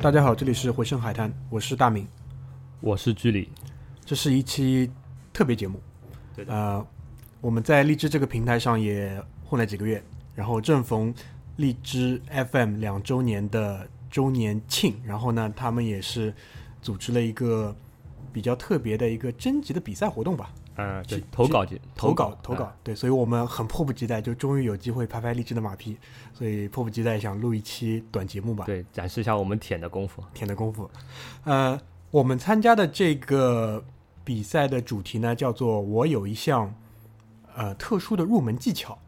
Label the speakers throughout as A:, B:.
A: 大家好，这里是回声海滩，我是大明，
B: 我是居里。
A: 这是一期特别节目。
B: 对的
A: 呃，我们在荔枝这个平台上也混了几个月，然后正逢荔枝 FM 两周年的周年庆，然后呢，他们也是组织了一个比较特别的一个征集的比赛活动吧，
B: 嗯、对
A: 其，
B: 投稿节，
A: 投稿投
B: 投
A: 稿、
B: 啊
A: 对，所以我们很迫不及待，就终于有机会拍拍荔枝的马屁，所以迫不及待想录一期短节目吧。
B: 对，展示一下我们舔的功夫。
A: 舔的功夫。呃，我们参加的这个比赛的主题呢，叫做“我有一项呃特殊的入门技巧”。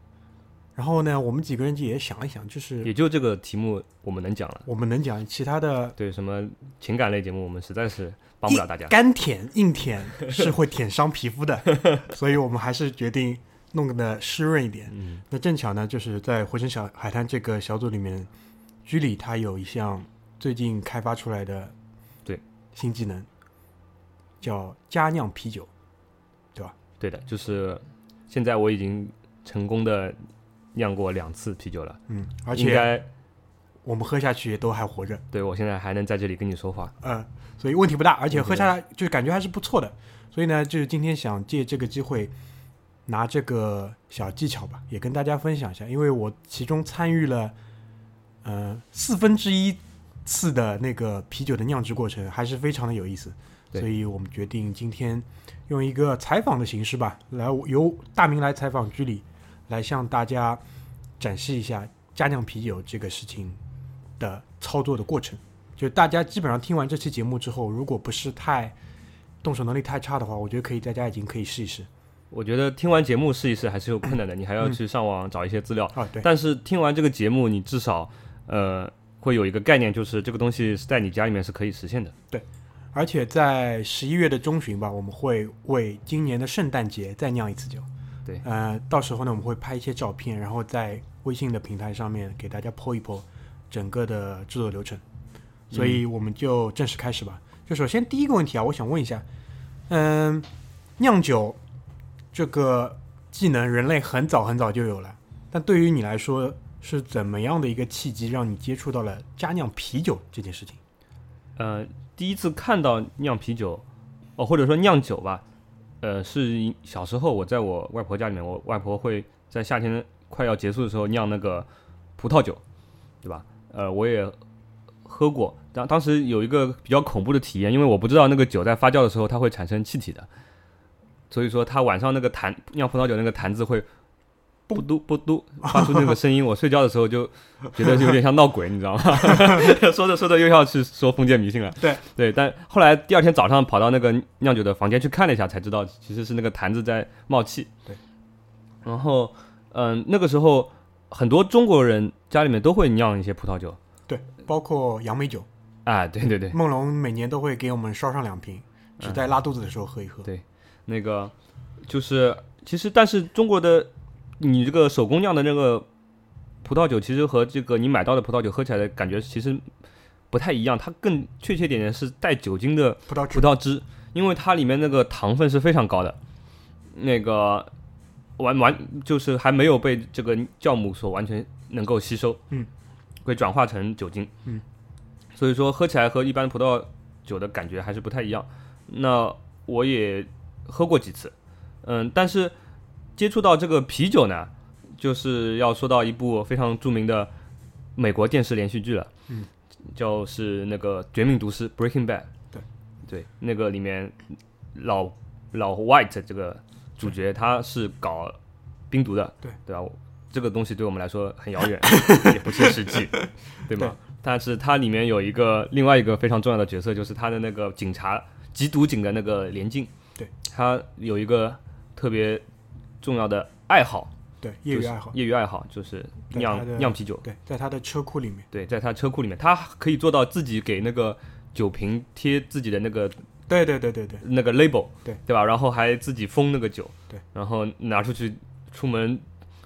A: 然后呢，我们几个人也想一想，就是
B: 也就这个题目我们能讲了。
A: 我们能讲其他的
B: 对，什么情感类节目，我们实在是帮不了大家。
A: 干舔、硬舔是会舔伤皮肤 的，所以我们还是决定弄得湿润一点。
B: 嗯，
A: 那正巧呢，就是在回声小海滩这个小组里面，居里他有一项最近开发出来的
B: 对
A: 新技能，叫加酿啤酒。
B: 对的，就是现在我已经成功的酿过两次啤酒了，
A: 嗯，而
B: 应
A: 且
B: 该
A: 我们喝下去也都还活着，
B: 对我现在还能在这里跟你说话。
A: 呃，所以问题不大，而且
B: 问题
A: 喝
B: 不
A: 下
B: 大
A: 来就感觉还是不错的。所以呢，就是今天想借这个机会，拿这个小技巧吧，也跟大家分享一下，因为我其中参与了，呃，四分之一次的那个啤酒的酿制过程，还是非常的有意思。
B: 对
A: 所以我们决定今天用一个采访的形式吧，来由大明来采访居里，来向大家展示一下加酿啤酒这个事情的操作的过程。就大家基本上听完这期节目之后，如果不是太动手能力太差的话，我觉得可以，大家已经可以试一试
B: 我觉得听完节目试一试还是有 困难的，你还要去上网找一些资料。
A: 啊。对，
B: 但是听完这个节目，你至少呃会有一个概念，就是这个东西是在你家里面是可以实现的。
A: 而且在十一月的中旬吧，我们会为今年的圣诞节再酿一次酒。
B: 对
A: 呃，到时候呢，我们会拍一些照片，然后在微信的平台上面给大家 po 一 po 整个的制作流程。所以我们就正式开始吧。就首先第一个问题啊，我想问一下，嗯，酿酒这个技能，人类很早很早就有了，但对于你来说是怎么样的一个契机，让你接触到了加酿啤酒这件事情？
B: 呃，第一次看到酿啤酒，哦，或者说酿酒吧，呃，是小时候我在我外婆家里面，我外婆会在夏天快要结束的时候酿那个葡萄酒，对吧？呃，我也喝过，当当时有一个比较恐怖的体验，因为我不知道那个酒在发酵的时候它会产生气体的，所以说它晚上那个坛酿葡萄酒那个坛子会。不嘟不嘟，发出那个声音，我睡觉的时候就觉得有点像闹鬼，你知道吗？ 说着说着又要去说封建迷信了。
A: 对
B: 对，但后来第二天早上跑到那个酿酒的房间去看了一下，才知道其实是那个坛子在冒气。
A: 对，
B: 然后嗯、那个时候很多中国人家里面都会酿一些葡萄酒。
A: 对，包括杨梅酒，
B: 啊，对对对，嗯
A: 梦龙每年都会给我们烧上两瓶，只在拉肚子的时候喝一喝。
B: 对那个就是其实，但是中国的你这个手工酿的那个葡萄酒，其实和这个你买到的葡萄酒喝起来的感觉其实不太一样，它更确切点的是带酒精的
A: 葡萄汁
B: 葡萄汁，因为它里面那个糖分是非常高的，那个完完就是还没有被这个酵母所完全能够吸收，
A: 嗯，
B: 会转化成酒精，
A: 嗯，
B: 所以说喝起来和一般葡萄酒的感觉还是不太一样。那我也喝过几次，嗯，但是接触到这个啤酒呢，就是要说到一部非常著名的美国电视连续剧了，
A: 嗯，
B: 就是那个《绝命毒师》（Breaking Bad）。
A: 对，
B: 对，那个里面老老 White 这个主角他是搞冰毒的，
A: 对
B: 对吧？这个东西对我们来说很遥 远，也不切实际，对吗？但是它里面有一个另外一个非常重要的角色，就是他的那个警察缉毒警的那个连襟，
A: 对，
B: 他有一个特别重要的爱好，
A: 对，业
B: 就
A: 余
B: 是
A: 爱好。
B: 业余爱好就是
A: 对他的
B: 酿酿啤酒。
A: 对，在他的车库里面。
B: 对，在他车库里面，他可以做到自己给那个酒瓶贴自己的那个
A: 对对对对对，
B: 那个 label，
A: 对
B: 对吧？然后还自己封那个酒，
A: 对，
B: 然后拿出去出门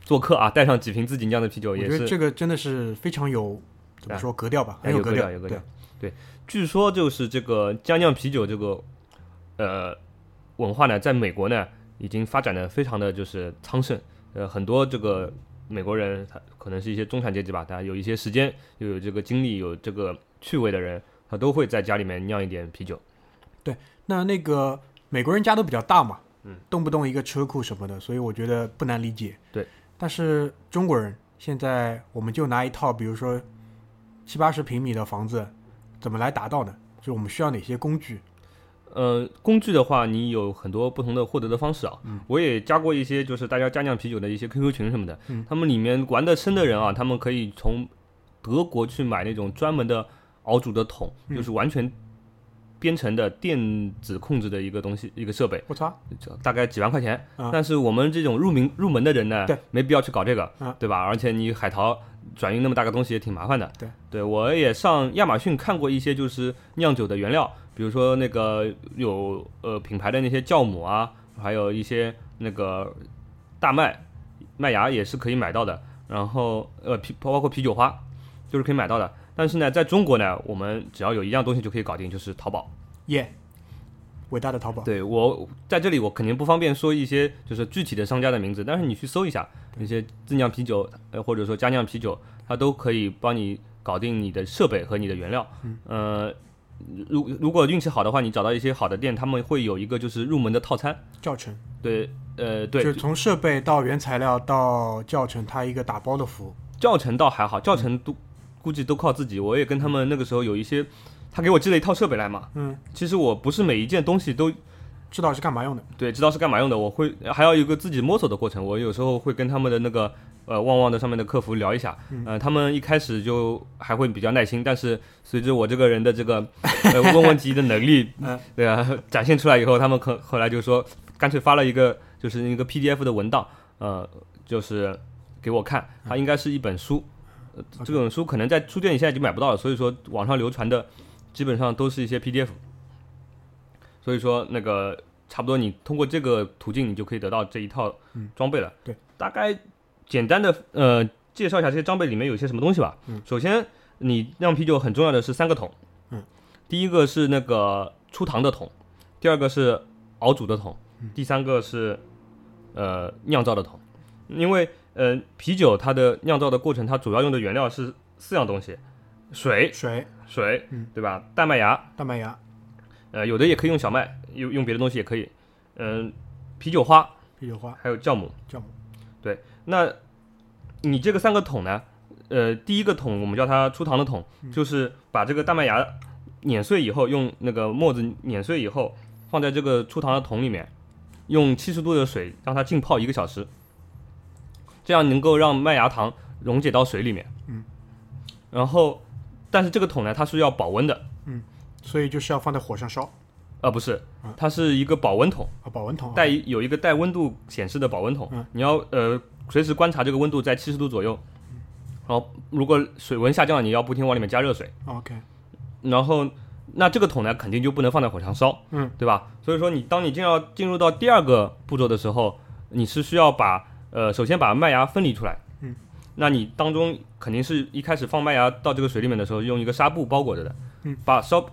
B: 做客啊，带上几瓶自己酿的啤酒
A: 我
B: 也
A: 觉得
B: 是。
A: 这个真的是非常有怎么说格调吧，
B: 哎
A: 很
B: 有
A: 格
B: 格
A: 调，
B: 调有格
A: 对
B: 调据说就是这个家酿啤酒这个呃文化呢，在美国呢已经发展的非常的就是昌盛，呃，很多这个美国人他可能是一些中产阶级吧，他有一些时间又有这个精力有这个趣味的人他都会在家里面酿一点啤酒。
A: 那那个美国人家都比较大嘛，嗯，动不动一个车库什么的，所以我觉得不难理解。
B: 对，
A: 但是中国人现在我们就拿一套，比如说七八十平米的房子，怎么来达到呢？就我们需要哪些工具？
B: 呃，工具的话，你有很多不同的获得的方式啊。我也加过一些，就是大家家酿啤酒的一些 QQ 群什么的。
A: 嗯
B: 他们里面玩的深的人啊，他们可以从德国去买那种专门的熬煮的桶，
A: 嗯
B: 就是完全编程的电子控制的一个东西，一个设备，
A: 我操，
B: 就大概几万块钱。
A: 啊
B: 但是我们这种入门入门的人呢
A: 对，
B: 没必要去搞这个，
A: 啊
B: 对吧？而且你海淘转运那么大个东西也挺麻烦的。
A: 对，
B: 我也上亚马逊看过一些就是酿酒的原料，比如说那个有呃品牌的那些酵母啊，还有一些那个大麦麦芽也是可以买到的，然后呃啤包括啤酒花就是可以买到的。但是呢，在中国呢，我们只要有一样东西就可以搞定，就是淘宝。
A: 耶、伟大的淘宝。
B: 对我在这里，我肯定不方便说一些就是具体的商家的名字，但是你去搜一下那些自酿啤酒，呃，或者说加酿啤酒，它都可以帮你搞定你的设备和你的原料。
A: 嗯
B: 呃，如如果运气好的话，你找到一些好的店，他们会有一个就是入门的套餐。
A: 教程，
B: 对，呃，对，
A: 就是从设备到原材料到教程，它一个打包的服务。
B: 教程倒还
A: 嗯
B: 好，教程都估计都靠自己。我也跟他们那个时候有一些，他给我寄了一套设备来嘛。
A: 嗯，
B: 其实我不是每一件东西都
A: 知道是干嘛用的？
B: 对，知道是干嘛用的。我会还要有一个自己摸索的过程。我有时候会跟他们的那个呃旺旺的上面的客服聊一下，呃，他们一开始就还会比较耐心，但是随着我这个人的这个呃问问题的能力，
A: 嗯
B: 对啊，展现出来以后，他们可后来就说干脆发了一个就是一个 PDF 的文档，呃，就是给我看，它应该是一本书。呃这本书可能在书店里现在已经买不到了，所以说网上流传的基本上都是一些 PDF。所以说那个差不多你通过这个途径，你就可以得到这一套
A: 嗯
B: 装备了。
A: 对，
B: 大概简单的呃介绍一下这些装备里面有些什么东西吧。
A: 嗯，
B: 首先你酿啤酒很重要的是三个桶。
A: 嗯，
B: 第一个是那个出糖的桶，第二个是熬煮的桶，
A: 嗯
B: 第三个是呃酿造的桶。因为呃啤酒它的酿造的过程，它主要用的原料是四样东西：水、
A: 水、
B: 水，
A: 嗯
B: 对吧？大麦芽、
A: 大麦芽、
B: 呃，有的也可以用小麦，用用别的东西也可以。嗯、啤酒花
A: 啤酒花、
B: 还有酵母。
A: 酵母。
B: 那你这个三个桶呢？呃，第一个桶我们叫它出糖的桶，
A: 嗯
B: 就是把这个大麦芽碾碎以后，用那个沫子碾碎以后，放在这个出糖的桶里面，用七十度的水让它浸泡一个小时，这样能够让麦芽糖溶解到水里面。
A: 嗯。
B: 然后，但是这个桶呢，它是要保温的，
A: 所以就是要放在火上烧
B: 呃，不是
A: 嗯，
B: 它是一个保温桶。
A: 啊，保温桶啊。
B: 带一有一个带温度显示的保温桶
A: 嗯，
B: 你要呃随时观察这个温度在七十度左右，
A: 嗯
B: 然后如果水温下降，你要不停往里面加热水，
A: OK，
B: 然后那这个桶呢肯定就不能放在火上烧，
A: 嗯，
B: 对吧？所以说你当你进要进入到第二个步骤的时候，你是需要把呃首先把麦芽分离出来，
A: 嗯，
B: 那你当中肯定是一开始放麦芽到这个水里面的时候用一个纱布包裹着的，
A: 嗯，
B: 把烧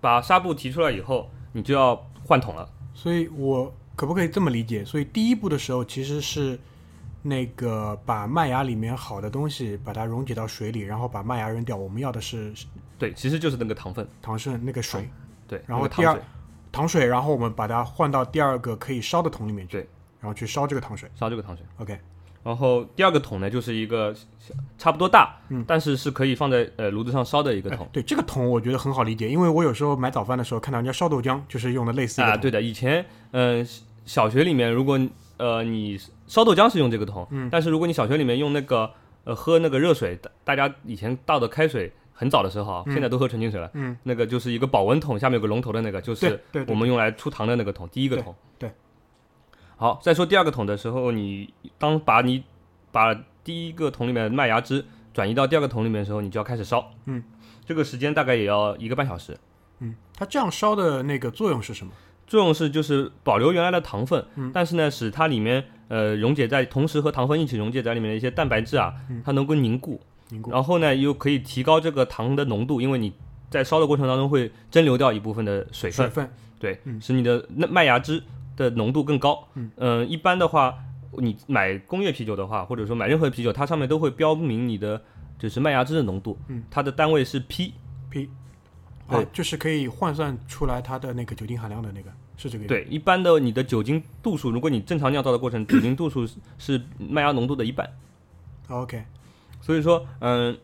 B: 把纱布提出来以后，你就要换桶了。
A: 所以我可不可以这么理解？所以第一步的时候其实是那个把麦芽里面好的东西把它溶解到水里，然后把麦芽扔掉。我们要的是
B: 对，其实就是那个糖分。
A: 糖剩那个水，
B: 对，
A: 然
B: 那
A: 后
B: 个
A: 第
B: 糖
A: 二
B: 水
A: 糖水，然后我们把它换到第二个可以烧的桶里面去
B: 对，
A: 然后去烧这个糖水。
B: 烧这个糖水。
A: OK，
B: 然后第二个桶呢，就是一个小差不多大，
A: 嗯
B: 但是是可以放在呃炉子上烧的一个桶
A: 哎。对这个桶我觉得很好理解，因为我有时候买早饭的时候看到人家烧豆浆，就是用的类似的
B: 啊，对的，以前嗯、呃小学里面，如果呃你烧豆浆是用这个桶，
A: 嗯
B: 但是如果你小学里面用那个呃喝那个热水，大大家以前倒的开水，很早的时候啊，
A: 嗯
B: 现在都喝纯净水了，
A: 嗯，
B: 那个就是一个保温桶，下面有个龙头的那个，就是
A: 对对
B: 我
A: 对，
B: 们用来出糖的那个桶，第一个
A: 对
B: 桶。
A: 对
B: 好，再说第二个桶的时候，你当把你把第一个桶里面的麦芽汁转移到第二个桶里面的时候，你就要开始烧。
A: 嗯，
B: 这个时间大概也要一个半小时。
A: 嗯，它这样烧的那个作用是什么？
B: 作用是就是保留原来的糖分，
A: 嗯
B: 但是呢，使它里面呃溶解在同时和糖分一起溶解在里面的一些蛋白质啊，
A: 嗯
B: 它能够凝固，
A: 凝固。
B: 然后呢又可以提高这个糖的浓度，因为你在烧的过程当中会蒸馏掉一部分的水分
A: 水，分，
B: 对，
A: 嗯
B: 使你的那麦芽汁的浓度更高。
A: 嗯
B: 呃一般的话，你买工业啤酒的话，或者说买任何啤酒，它上面都会标明你的就是麦芽汁的浓度，
A: 嗯
B: 它的单位是 P。
A: P 啊
B: 对，
A: 就是可以换算出来它的那个酒精含量的那个，是这个意思？
B: 对，一般的你的酒精度数，如果你正常酿造的过程，酒精度数是是麦芽浓度的一半。
A: 啊，OK，
B: 所以说，嗯、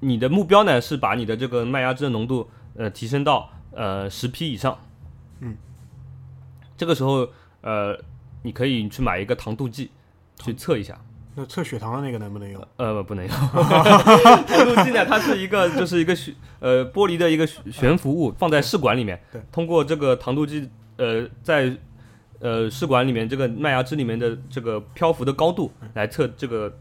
B: 你的目标呢是把你的这个麦芽汁的浓度呃提升到呃十 P 以上。
A: 嗯，
B: 这个时候呃，你可以去买一个糖度计去测一下。
A: 那测血糖的那个能不能用？
B: 呃，不能用。糖度计呢，它是一个就是一个悬呃玻璃的一个悬悬浮物，放在试管里面
A: 对对，
B: 通过这个糖度计呃在呃试管里面这个麦芽汁里面的这个漂浮的高度来测这个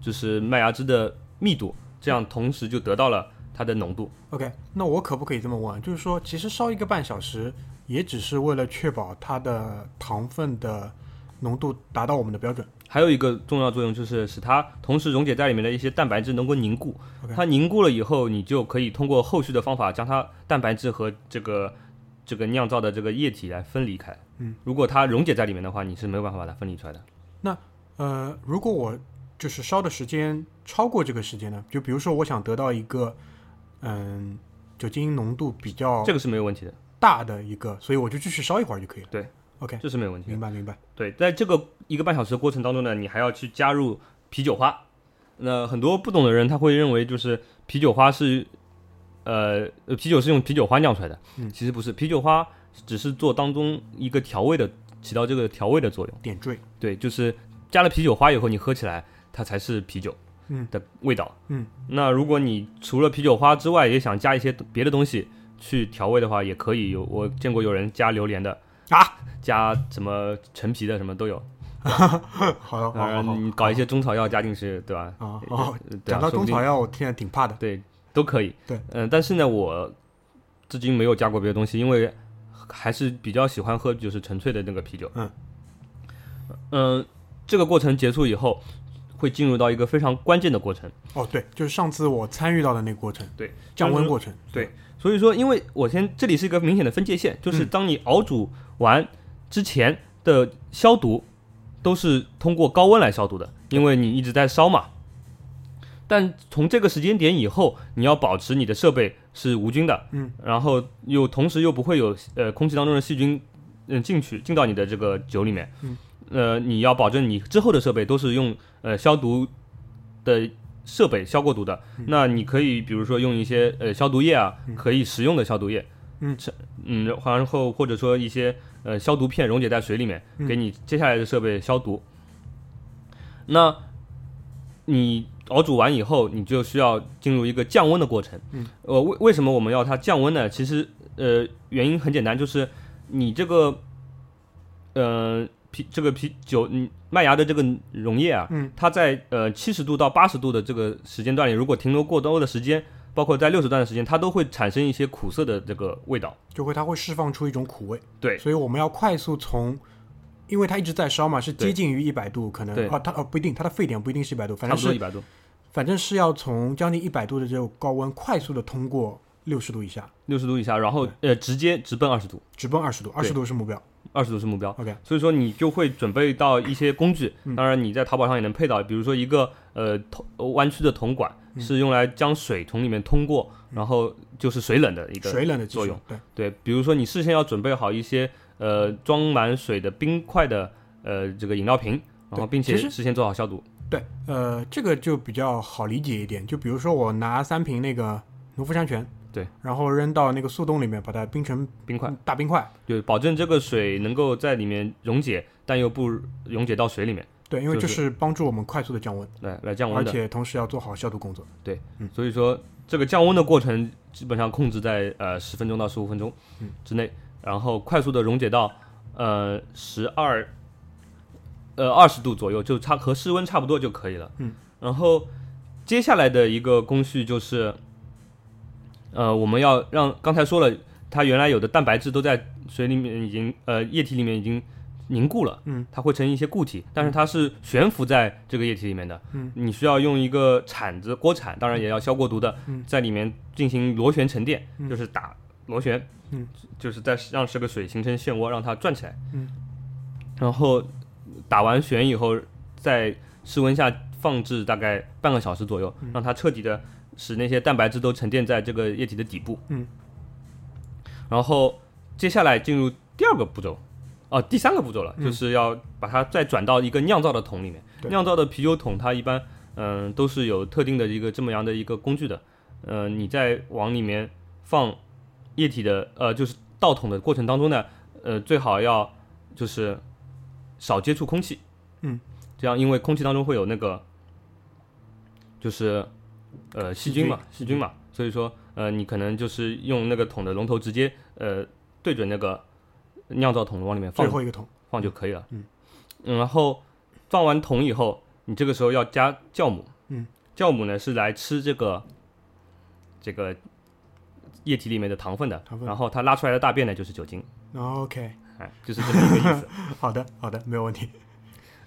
B: 就是麦芽汁的密度，这样同时就得到了它的浓度。
A: OK，那我可不可以这么问？啊就是说，其实烧一个半小时，也只是为了确保它的糖分的浓度达到我们的标准。
B: 还有一个重要作用就是使它同时溶解在里面的一些蛋白质能够凝固
A: OK
B: 它凝固了以后，你就可以通过后续的方法将它蛋白质和这个这个酿造的这个液体来分离开。
A: 嗯，
B: 如果它溶解在里面的话，你是没有办法把它分离出来的。
A: 呃，如果我就是烧的时间超过这个时间呢？就比如说，我想得到一个嗯酒精浓度比较
B: 这个是没有问题的，
A: 大的一个，所以我就继续烧一会儿就可以了。
B: 对
A: ，OK，
B: 这是没有问题的。
A: 明白明白。
B: 对，在这个一个半小时的过程当中呢，你还要去加入啤酒花。那很多不懂的人他会认为就是啤酒花是，呃，呃啤酒是用啤酒花酿出来的，
A: 嗯
B: 其实不是，啤酒花只是做当中一个调味的，起到这个调味的作用。
A: 点缀，
B: 对，就是加了啤酒花以后，你喝起来它才是啤酒，
A: 嗯
B: 的味道，
A: 嗯
B: 那如果你除了啤酒花之外，也想加一些别的东西去调味的话，也可以有。我见过有人加榴莲的
A: 啊，
B: 加什么陈皮的，什么都有。
A: 好哦的，好好
B: 当
A: 好
B: 然，你搞一些中草药加进去，对吧？
A: 啊哦，
B: 呃对啊
A: 讲到
B: 说
A: 中
B: 不定
A: 草药，我现在挺怕的。
B: 对，都可以。
A: 对
B: 嗯、但是呢，我至今没有加过别的东西，因为还是比较喜欢喝就是纯粹的那个啤酒。
A: 嗯
B: 嗯、这个过程结束以后，会进入到一个非常关键的过程。
A: 哦，对，就是上次我参与到的那个过程，
B: 对，
A: 降
B: 就是
A: 温
B: 说
A: 过程。
B: 对所以说，因为我先这里是一个明显的分界线，就是当你熬煮完之前的消毒，都是通过高温来消毒的，因为你一直在烧嘛。但从这个时间点以后，你要保持你的设备是无菌的，
A: 嗯，
B: 然后又同时又不会有呃空气当中的细菌，嗯、进去进到你的这个酒里面，
A: 嗯，
B: 呃，你要保证你之后的设备都是用呃消毒的设备消过毒的，
A: 嗯
B: 那你可以比如说用一些呃消毒液啊，可以食用的消毒液，
A: 嗯
B: 这，嗯，然后或者说一些呃消毒片溶解在水里面，
A: 嗯
B: 给你接下来的设备消毒。那你熬煮完以后，你就需要进入一个降温的过程。
A: 嗯，
B: 呃，为为什么我们要它降温呢？其实呃原因很简单，就是你这个呃啤这个啤酒嗯麦芽的这个溶液啊，
A: 嗯，
B: 它在呃七十度到八十度的这个时间段里，如果停留过多的时间，包括在六十段的时间，它都会产生一些苦涩的这个味道。
A: 就会它会释放出一种苦味。
B: 对
A: 所以我们要快速从，因为它一直在烧嘛，是接
B: 对
A: 近于一百度，可能
B: 对
A: 哦，它哦不一定，它的沸点不一定是一百度，反
B: 差
A: 正
B: 不多一
A: 是
B: 百度，
A: 反正是要从将近一百度的这种高温快速的通过六十度以下，
B: 六十度以下，然后呃直接直奔二十度，
A: 直奔二十度，二十度是目标。
B: 二十度是目标。
A: OK，
B: 所以说你就会准备到一些工具，
A: 嗯
B: 当然你在淘宝上也能配到，比如说一个呃铜呃弯曲的铜管，
A: 嗯
B: 是用来将水从里面通过，然后就是水冷的一个
A: 水冷的技术
B: 作用，
A: 对，
B: 对，比如说你事先要准备好一些呃装满水的冰块的呃这个饮料瓶，然后
A: 对
B: 并且
A: 其实
B: 事先做好消毒。
A: 对，呃，这个就比较好理解一点。就比如说我拿三瓶那个农夫山泉，
B: 对，
A: 然后扔到那个速冻里面，把它冰成
B: 冰块
A: 大冰块。
B: 对，保证这个水能够在里面溶解，但又不溶解到水里面，
A: 对，因为
B: 就
A: 这
B: 是
A: 是帮助我们快速的降温，
B: 来来降温
A: 而
B: 的。
A: 且同时要做好消毒工作。
B: 所以说这个降温的过程基本上控制在呃十分钟到十五分钟
A: 嗯
B: 之内，然后快速的溶解到呃十二呃二十度左右，就差和室温差不多就可以了。
A: 嗯，
B: 然后接下来的一个工序就是，呃，我们要让刚才说了，它原来有的蛋白质都在水里面已经呃液体里面已经凝固了，
A: 嗯，
B: 它会成一些固体，但是它是悬浮在这个液体里面的，
A: 嗯，
B: 你需要用一个铲子锅铲，当然也要消过毒的，
A: 嗯
B: 在里面进行螺旋沉淀，
A: 嗯
B: 就是打螺旋，
A: 嗯，
B: 就是在让这个水形成漩涡，让它转起来，
A: 嗯，
B: 然后打完旋以后，在室温下放置大概半个
A: 嗯
B: 小时左右，让它彻底的使那些蛋白质都沉淀在这个液体的底部，
A: 嗯，
B: 然后接下来进入第二个步骤，哦、第三个步骤了，就是要把它再转到一个酿造的桶里面。
A: 对
B: 酿造的啤酒桶，它一般嗯、都是有特定的一个这么样的一个工具的。嗯、你在往里面放液体的，呃，就是倒桶的过程当中呢，呃，最好要就是少接触空气。
A: 嗯，
B: 这样因为空气当中会有那个就是呃细菌嘛，细菌嘛，所以说呃你可能就是用那个桶的龙头直接呃对准那个酿造桶往里面放
A: 最后一个桶，
B: 放就可以了。
A: 嗯
B: 嗯，然后放完桶以后，你这个时候要加酵母。
A: 嗯，
B: 酵母呢是来吃这个这个液体里面的糖分的，
A: 糖分
B: 然后它拉出来的大便呢就是酒精，
A: 然后 OK，
B: 哎，就是这么一个意思。
A: 好的好的，没有问题。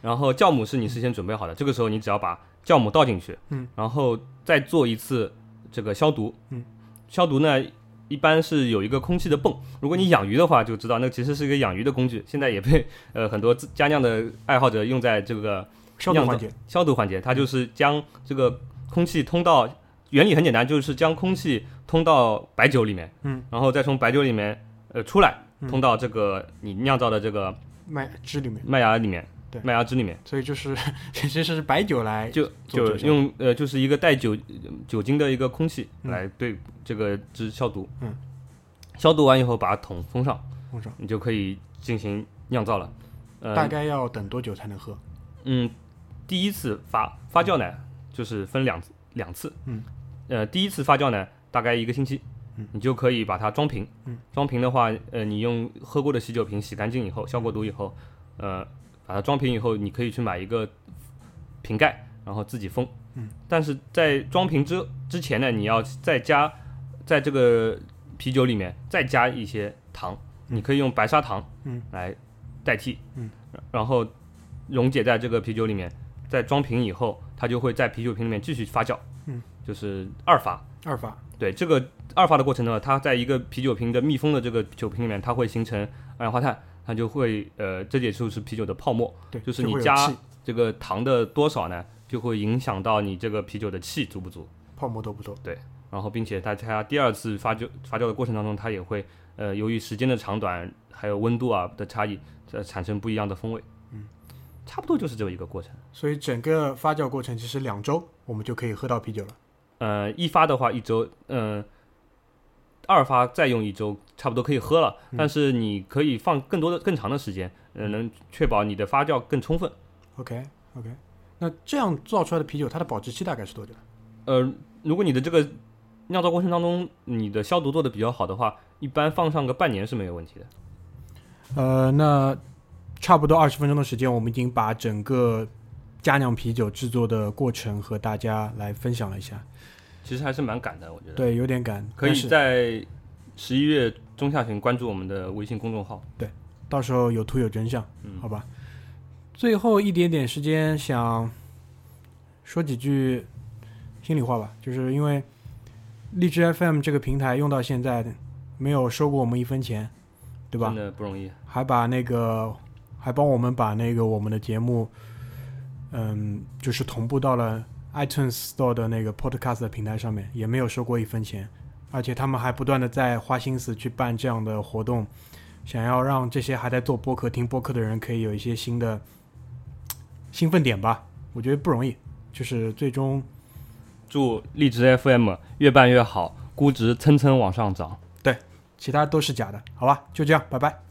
B: 然后酵母是你事先准备好的，这个时候你只要把酵母倒进去，
A: 嗯，
B: 然后再做一次这个消毒，
A: 嗯，
B: 消毒呢一般是有一个空气的泵，如果你养鱼的话就知道，那其实是一个养鱼的工具，现在也被呃很多自家酿的爱好者用在这个
A: 消毒
B: 酿
A: 环
B: 造
A: 节，
B: 消毒环节，它就是将这个空气通到，原理很简单，就是将空气通到白酒里面，
A: 嗯，
B: 然后再从白酒里面呃出来，
A: 嗯
B: 通到这个你酿造的这个
A: 麦汁里面，
B: 麦芽里面，
A: 对
B: 麦芽汁里面。
A: 所以就是 其实是白酒来
B: 就
A: 做
B: 就
A: 酒精
B: 用呃，就是一个带酒呃酒精的一个空气
A: 嗯
B: 来对这个汁消毒。
A: 嗯，
B: 消毒完以后把桶封上，
A: 封上，
B: 你就可以进行酿造了。呃，
A: 大概要等多久才能喝？
B: 嗯，第一次发发酵呢，就是分两两次。
A: 嗯，
B: 呃，第一次发酵呢，大概一个星期，
A: 嗯
B: 你就可以把它装瓶。
A: 嗯，
B: 装瓶的话，呃，你用喝过的洗酒瓶洗干净以后，消过毒以后，呃，把它装瓶以后，你可以去买一个瓶盖，然后自己封。
A: 嗯，
B: 但是在装瓶之之前呢，你要再加在这个啤酒里面再加一些糖，你可以用白砂糖
A: 嗯
B: 来代替。
A: 嗯，
B: 然后溶解在这个啤酒里面，在装瓶以后，它就会在啤酒瓶里面继续发酵。
A: 嗯，
B: 就是二发。
A: 二发，
B: 对这个二发的过程呢，它在一个啤酒瓶的密封的这个酒瓶里面，它会形成二氧化碳，它就会呃，这也就是啤酒的泡沫。
A: 对，
B: 就是
A: 就
B: 你
A: 会有
B: 加
A: 气
B: 这个糖的多少呢，就会影响到你这个啤酒的气足不足。
A: 泡沫都不多，
B: 然后，并且它它第二次发酵发酵的过程当中，它也会呃，由于时间的长短还有温度啊的差异，呃，产生不一样的风味。
A: 嗯，
B: 差不多就是这么一个过程。
A: 所以整个发酵过程其实两周我们就可以喝到啤酒了。
B: 呃，一发的话一周，嗯、二发再用一周，差不多可以喝了。但是你可以放更多的、更长的时间，呃，能确保你的发酵更充分。
A: OK OK，那这样造出来的啤酒它的保质期大概是多久？
B: 呃，如果你的这个酿造过程当中，你的消毒做的比较好的话，一般放上个半年是没有问题的。
A: 呃，那差不多二十分钟的时间，我们已经把整个佳酿啤酒制作的过程和大家来分享了一下。
B: 其实还是蛮赶的，我觉得。，
A: 对，有点赶，
B: 可
A: 但
B: 以
A: 是
B: 在十一月中下旬关注我们的微信公众号。
A: 到时候有图有真相，
B: 嗯
A: 好吧？最后一点点时间，想说几句心里话吧，就是因为荔枝 FM 这个平台用到现在，没有收过我们一分钱，对吧
B: 真？的不容易。
A: 还把那个还帮我们把那个我们的节目，嗯，就是同步到了 iTunes Store 的那个 Podcast 的平台上面，也没有收过一分钱，而且他们还不断的在花心思去办这样的活动，想要让这些还在做播客、听播客的人可以有一些新的兴奋点吧。我觉得不容易，就是最终
B: 祝荔枝 FM 越办越好，估值蹭蹭往上涨。
A: 其他都是假的，好吧？就这样，拜拜。